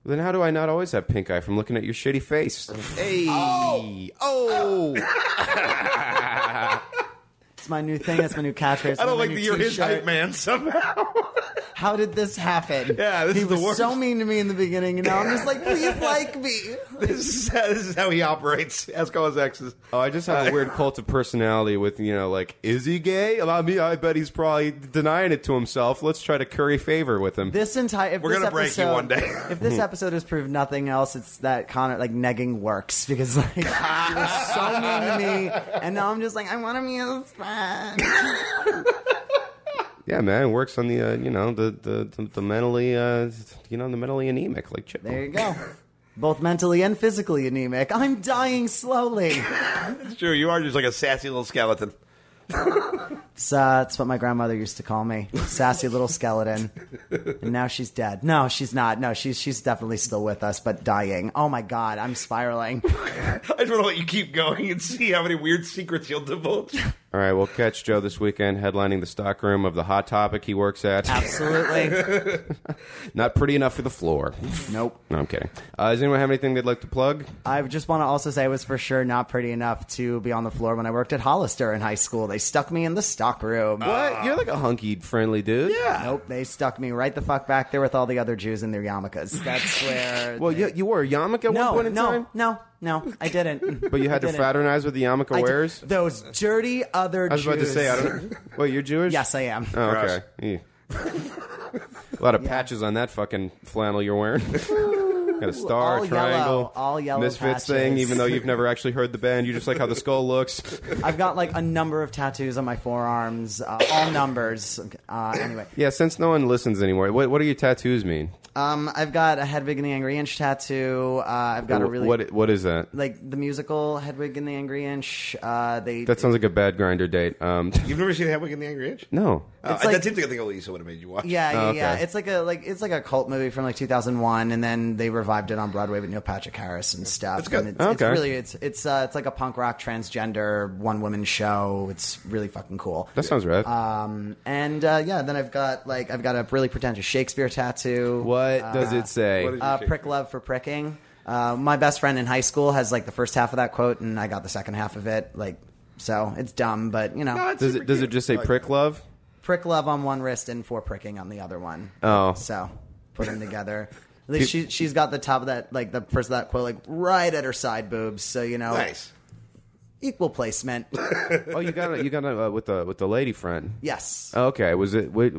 A: then how do I not always have pink eye from looking at your shitty face?
C: Hey, oh,
D: it's my new thing. That's my new catchphrase.
C: I don't
D: my
C: like
D: new
C: that you're his
D: t-shirt.
C: hype man somehow.
D: How did this happen?
C: Yeah, this
D: he
C: is the
D: was
C: worst.
D: so mean to me in the beginning, and now I'm just like, please like me.
C: this, is how, this is how he operates. Ask all his exes.
A: Oh, I just have a weird cult of personality with you know, like, is he gay? Well, I mean, I bet he's probably denying it to himself. Let's try to curry favor with him.
D: This entire if
C: We're
D: this
C: gonna break you
D: episode-
C: one day.
D: if this episode has proved nothing else, it's that Connor like negging works because like you were so mean to me, and now I'm just like
H: I want to be his friend.
A: Yeah, man, it works on the uh, you know the the the, the mentally uh, you know the mentally anemic like chip.
D: there you go, both mentally and physically anemic. I'm dying slowly.
C: It's true. You are just like a sassy little skeleton.
D: It's, uh, it's what my grandmother used to call me, sassy little skeleton. And now she's dead. No, she's not. No, she's she's definitely still with us, but dying. Oh my god, I'm spiraling.
C: I just want to let you keep going and see how many weird secrets you'll divulge.
A: All right, we'll catch Joe this weekend headlining the stockroom of the Hot Topic he works at.
D: Absolutely.
A: Not pretty enough for the floor.
D: Nope.
A: No, I'm kidding. Uh, does anyone have anything they'd like to plug?
D: I just want to also say it was for sure not pretty enough to be on the floor when I worked at Hollister in high school. They stuck me in the stockroom.
A: what? You're like a hunky, friendly dude. Oh, Yeah.
D: Nope, they stuck me right the fuck back there with all the other Jews in their yarmulkes. That's where.
A: Well, you, you wore a yarmulke at one
D: no,
A: point in
D: no,
A: time,
D: no, no, I didn't.
A: but you had
D: I
A: to
D: didn't.
A: fraternize with the yarmulke
D: I d-
A: wearers.
D: those dirty other.
A: I was about to
D: Jews.
A: say, I don't. Wait, you're Jewish?
D: Yes, I am.
A: Oh, okay. Yeah. a lot of patches on that fucking flannel you're wearing. Got a star,
D: all
A: a triangle,
D: yellow, all yellow
A: misfits
D: patches.
A: thing. Even though you've never actually heard the band, you just like how the skull looks.
D: I've got like a number of tattoos on my forearms, uh, all numbers. Uh, anyway,
A: Yeah, since no one listens anymore, what what do your tattoos mean?
D: um, I've got a Hedwig and the Angry Inch tattoo. Uh, I've got a really
A: what what is that?
D: like the musical Hedwig and the Angry Inch. Uh, they
A: That sounds like a bad grinder date. Um,
C: You've never seen Hedwig in the Angry Inch?
A: no.
C: Uh,
D: It's like-
C: that seems like a thing Elisa would have made you watch.
D: yeah, yeah,
A: Oh, okay.
D: yeah. It's like a like it's like a cult movie from like 2001, and then they revived it on Broadway with Neil Patrick Harris and stuff.
C: That's good.
D: And it's,
A: Okay.
D: it's really it's it's uh, it's like a punk rock transgender one woman show. It's really fucking cool.
A: That sounds right.
D: Um, and uh, yeah, then I've got like I've got a really pretentious Shakespeare tattoo.
A: what does it say?
C: what is-
D: Uh, prick love for pricking. Uh, my best friend in high school has like the first half of that quote, and I got the second half of it. Like, so it's dumb, but you know,
A: does it does it just say prick love?
D: prick love on one wrist and for pricking on the other one.
A: Oh.
D: so put them together. At least she she's got the top of that like the first of that quote like right at her side boobs. So you know,
C: Nice.
D: equal placement.
A: Oh, you got it. You got it uh, with the with the lady friend.
D: yes.
A: Okay, was it? Wait,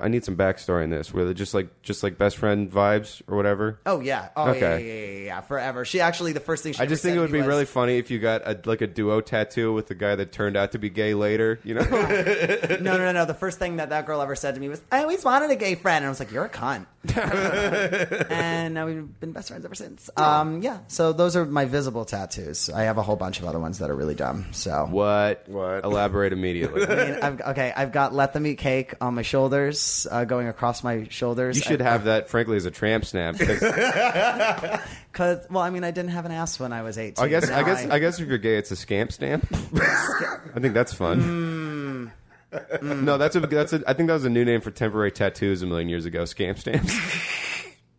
A: I need some backstory on this. Were it just like just like best friend vibes or whatever?
D: Oh yeah. Oh yeah,
A: Okay.
D: yeah, yeah, yeah, yeah. Forever. She actually the first thing she
A: I
D: ever
A: just think
D: said
A: it
D: to
A: would
D: me
A: be
D: was,
A: really funny if you got a, like a duo tattoo with the guy that turned out to be gay later. You know,
D: No, no, no, no. The first thing that that girl ever said to me was, "I always wanted a gay friend," and I was like, "You're a cunt." and now we've been best friends ever since. Um, yeah. So those are my visible tattoos. I have a whole bunch of other ones that are really dumb. So
A: what?
C: What?
A: Elaborate immediately.
D: I mean, I've, okay, I've got "Let them eat cake" on my shoulders, uh, going across my shoulders.
A: you should have that, frankly, as a tramp stamp. 'cause
D: because well, I mean, I didn't have an ass when I was eighteen.
A: I guess, I
D: Now
A: guess, I guess if you're gay, it's a scamp stamp. I think that's fun.
D: Hmm.
A: No, that's a that's a. I think that was a new name for temporary tattoos a million years ago. Scamp stamps.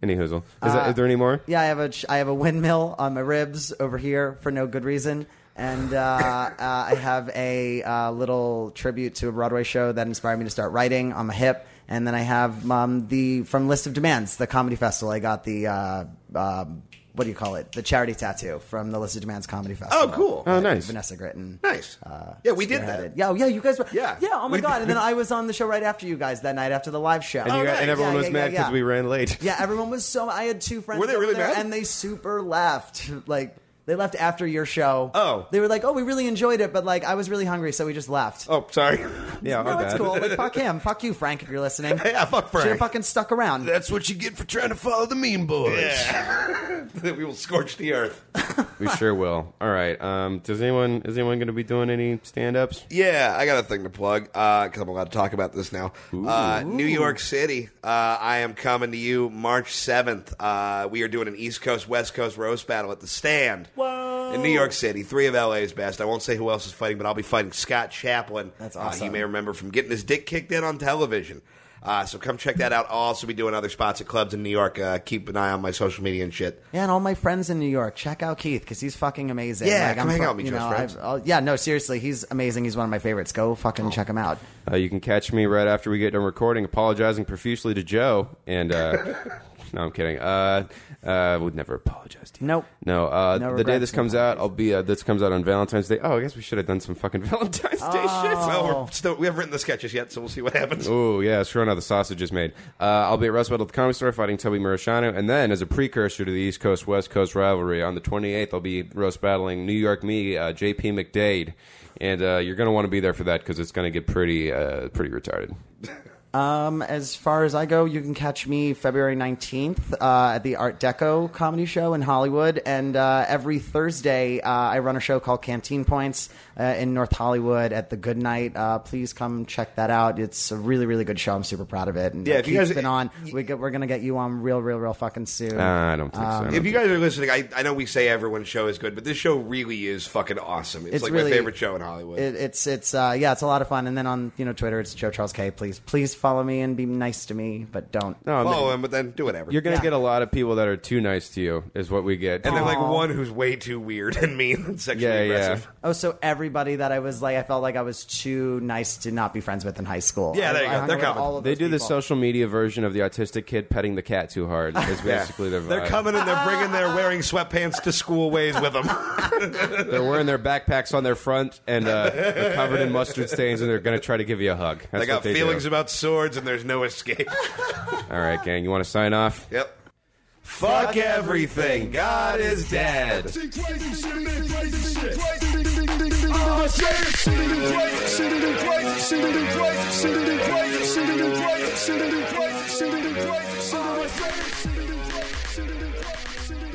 A: Any hoozle. Is, that, is there any more?
D: Uh, Yeah, I have a I have a windmill on my ribs over here for no good reason, and uh, uh, I have a uh, little tribute to a Broadway show that inspired me to start writing on my hip, and then I have um, the from List of Demands, the comedy festival. I got the uh, um, what do you call it? The charity tattoo from the List of Demands comedy festival. Uh,
C: Oh, cool.
A: Oh, nice.
D: Vanessa Gritton.
C: Nice. yeah, we did
D: Uh, spearheaded.
C: that.
D: Yeah, oh, yeah, you guys were.
C: Yeah.
D: yeah. Oh my
C: We-
D: god! And then I was on the show right after you guys that night after the live show.
A: And, you got,
C: Oh, nice.
A: and everyone
D: Yeah,
A: was
D: yeah,
A: mad
D: yeah,
A: because
D: yeah.
A: we ran late.
D: Yeah, everyone was so. I had two friends.
C: Were they
D: up
C: really
D: there,
C: mad?
D: And they super left. Like they left after your show.
C: Oh.
D: they were like, "Oh, we really enjoyed it, but like I was really hungry, so we just left."
C: Oh, sorry.
A: Yeah,
D: no,
A: our
D: it's
A: bad.
D: cool. Like, fuck him. Fuck you, Frank, if you're listening.
C: Yeah, fuck
D: Should have
C: Frank.
D: fucking stuck around.
C: That's what you get for trying to follow the mean boys. we will scorch the earth.
A: We sure will. All right. Um, does anyone is anyone going to be doing any stand ups?
C: Yeah, I got a thing to plug because I'm allowed to talk about this now. Uh, New York City, uh, I am coming to you March 7th. Uh, we are doing an East Coast West Coast roast battle at the Stand in New York City. Three of LA's best. I won't say who else is fighting, but I'll be fighting Scott Chaplin.
D: That's
C: Uh,
D: awesome.
C: you may remember from getting his dick kicked in on television. Uh, so come check that out. I'll also be doing other spots at clubs in New York. Uh, keep an eye on my social media and shit.
D: Yeah, and all my friends in New York, check out Keith because he's fucking amazing.
C: Yeah,
D: like,
C: come
D: I'm
C: hang
D: fr-
C: out with me,
D: you
C: Joe's
D: know,
C: friends.
D: I've- I'll- yeah, no, seriously, he's amazing. He's one of my favorites. Go fucking
C: Oh.
D: check him out.
A: Uh, you can catch me right after we get done recording, apologizing profusely to Joe. And uh, no, I'm kidding. Uh, uh, would never apologize to you.
D: Nope.
A: No. Uh,
D: No
A: the day
D: regrets,
A: this
D: no
A: comes out, I'll be. Uh, this comes out on Valentine's Day. Oh, I guess we should have done some fucking Valentine's Day shit.
D: Oh.
C: Well, we're still, we haven't written the sketches yet, so we'll see what happens.
A: Oh yeah, sure enough, the sausage is made. Uh, I'll be at Rust Battle at the Comedy Store fighting Toby Murashano, and then as a precursor to the East Coast West Coast rivalry, on the 28th I'll be roast battling New York me, uh, JP McDade, and uh, you're gonna want to be there for that because it's gonna get pretty uh, pretty retarded.
D: Um, as far as I go, you can catch me February 19th uh, at the Art Deco comedy show in Hollywood. And uh, every Thursday, uh, I run a show called Canteen Points uh, in North Hollywood at the Good Night. Uh, please come check that out. It's a really, really good show. I'm super proud of it. And
C: Yeah,
D: yeah,
C: if you
D: Keith's
C: guys-
D: been on. We get, we're going to get you on real, real, real fucking soon.
A: Uh, I don't think so. I don't
C: Um, If you guys are listening, I, I know we say everyone's show is good, but this show really is fucking awesome. It's,
D: It's
C: like
D: really-
C: my favorite show in Hollywood.
D: it, it's it's uh, yeah, it's a lot of fun. And then on you know Twitter, it's Joe Charles K. Please please follow me and be nice to me, but don't.
A: no, I mean,
C: Follow him, but then do
A: Oh,
C: whatever.
A: you're gonna
D: Yeah.
A: get a lot of people that are too nice to you, is what we get.
C: and then like one who's way too weird and mean and sexually
A: Yeah, yeah.
C: aggressive.
D: Oh, so everybody that I was like, I felt like I was too nice to not be friends with in high school.
C: Yeah,
D: I-
C: there you
D: I
C: go.
D: hung
C: They're
D: out with
C: coming.
D: all of
A: they
D: those
A: do the
D: people.
A: social media version of the autistic kid petting the cat too hard. Is
C: Yeah.
A: basically their vibe.
C: They're coming and they're bringing their wearing sweatpants to school ways with them.
A: They're wearing their backpacks on their front and uh, they're covered in mustard stains, and they're going to try to give you a hug. That's
C: they got
A: what they
C: feelings
A: Do.
C: about swords and there's no escape.
A: All right, gang, you want to sign off?
C: yep. Fuck everything. God is dead.
G: Shit,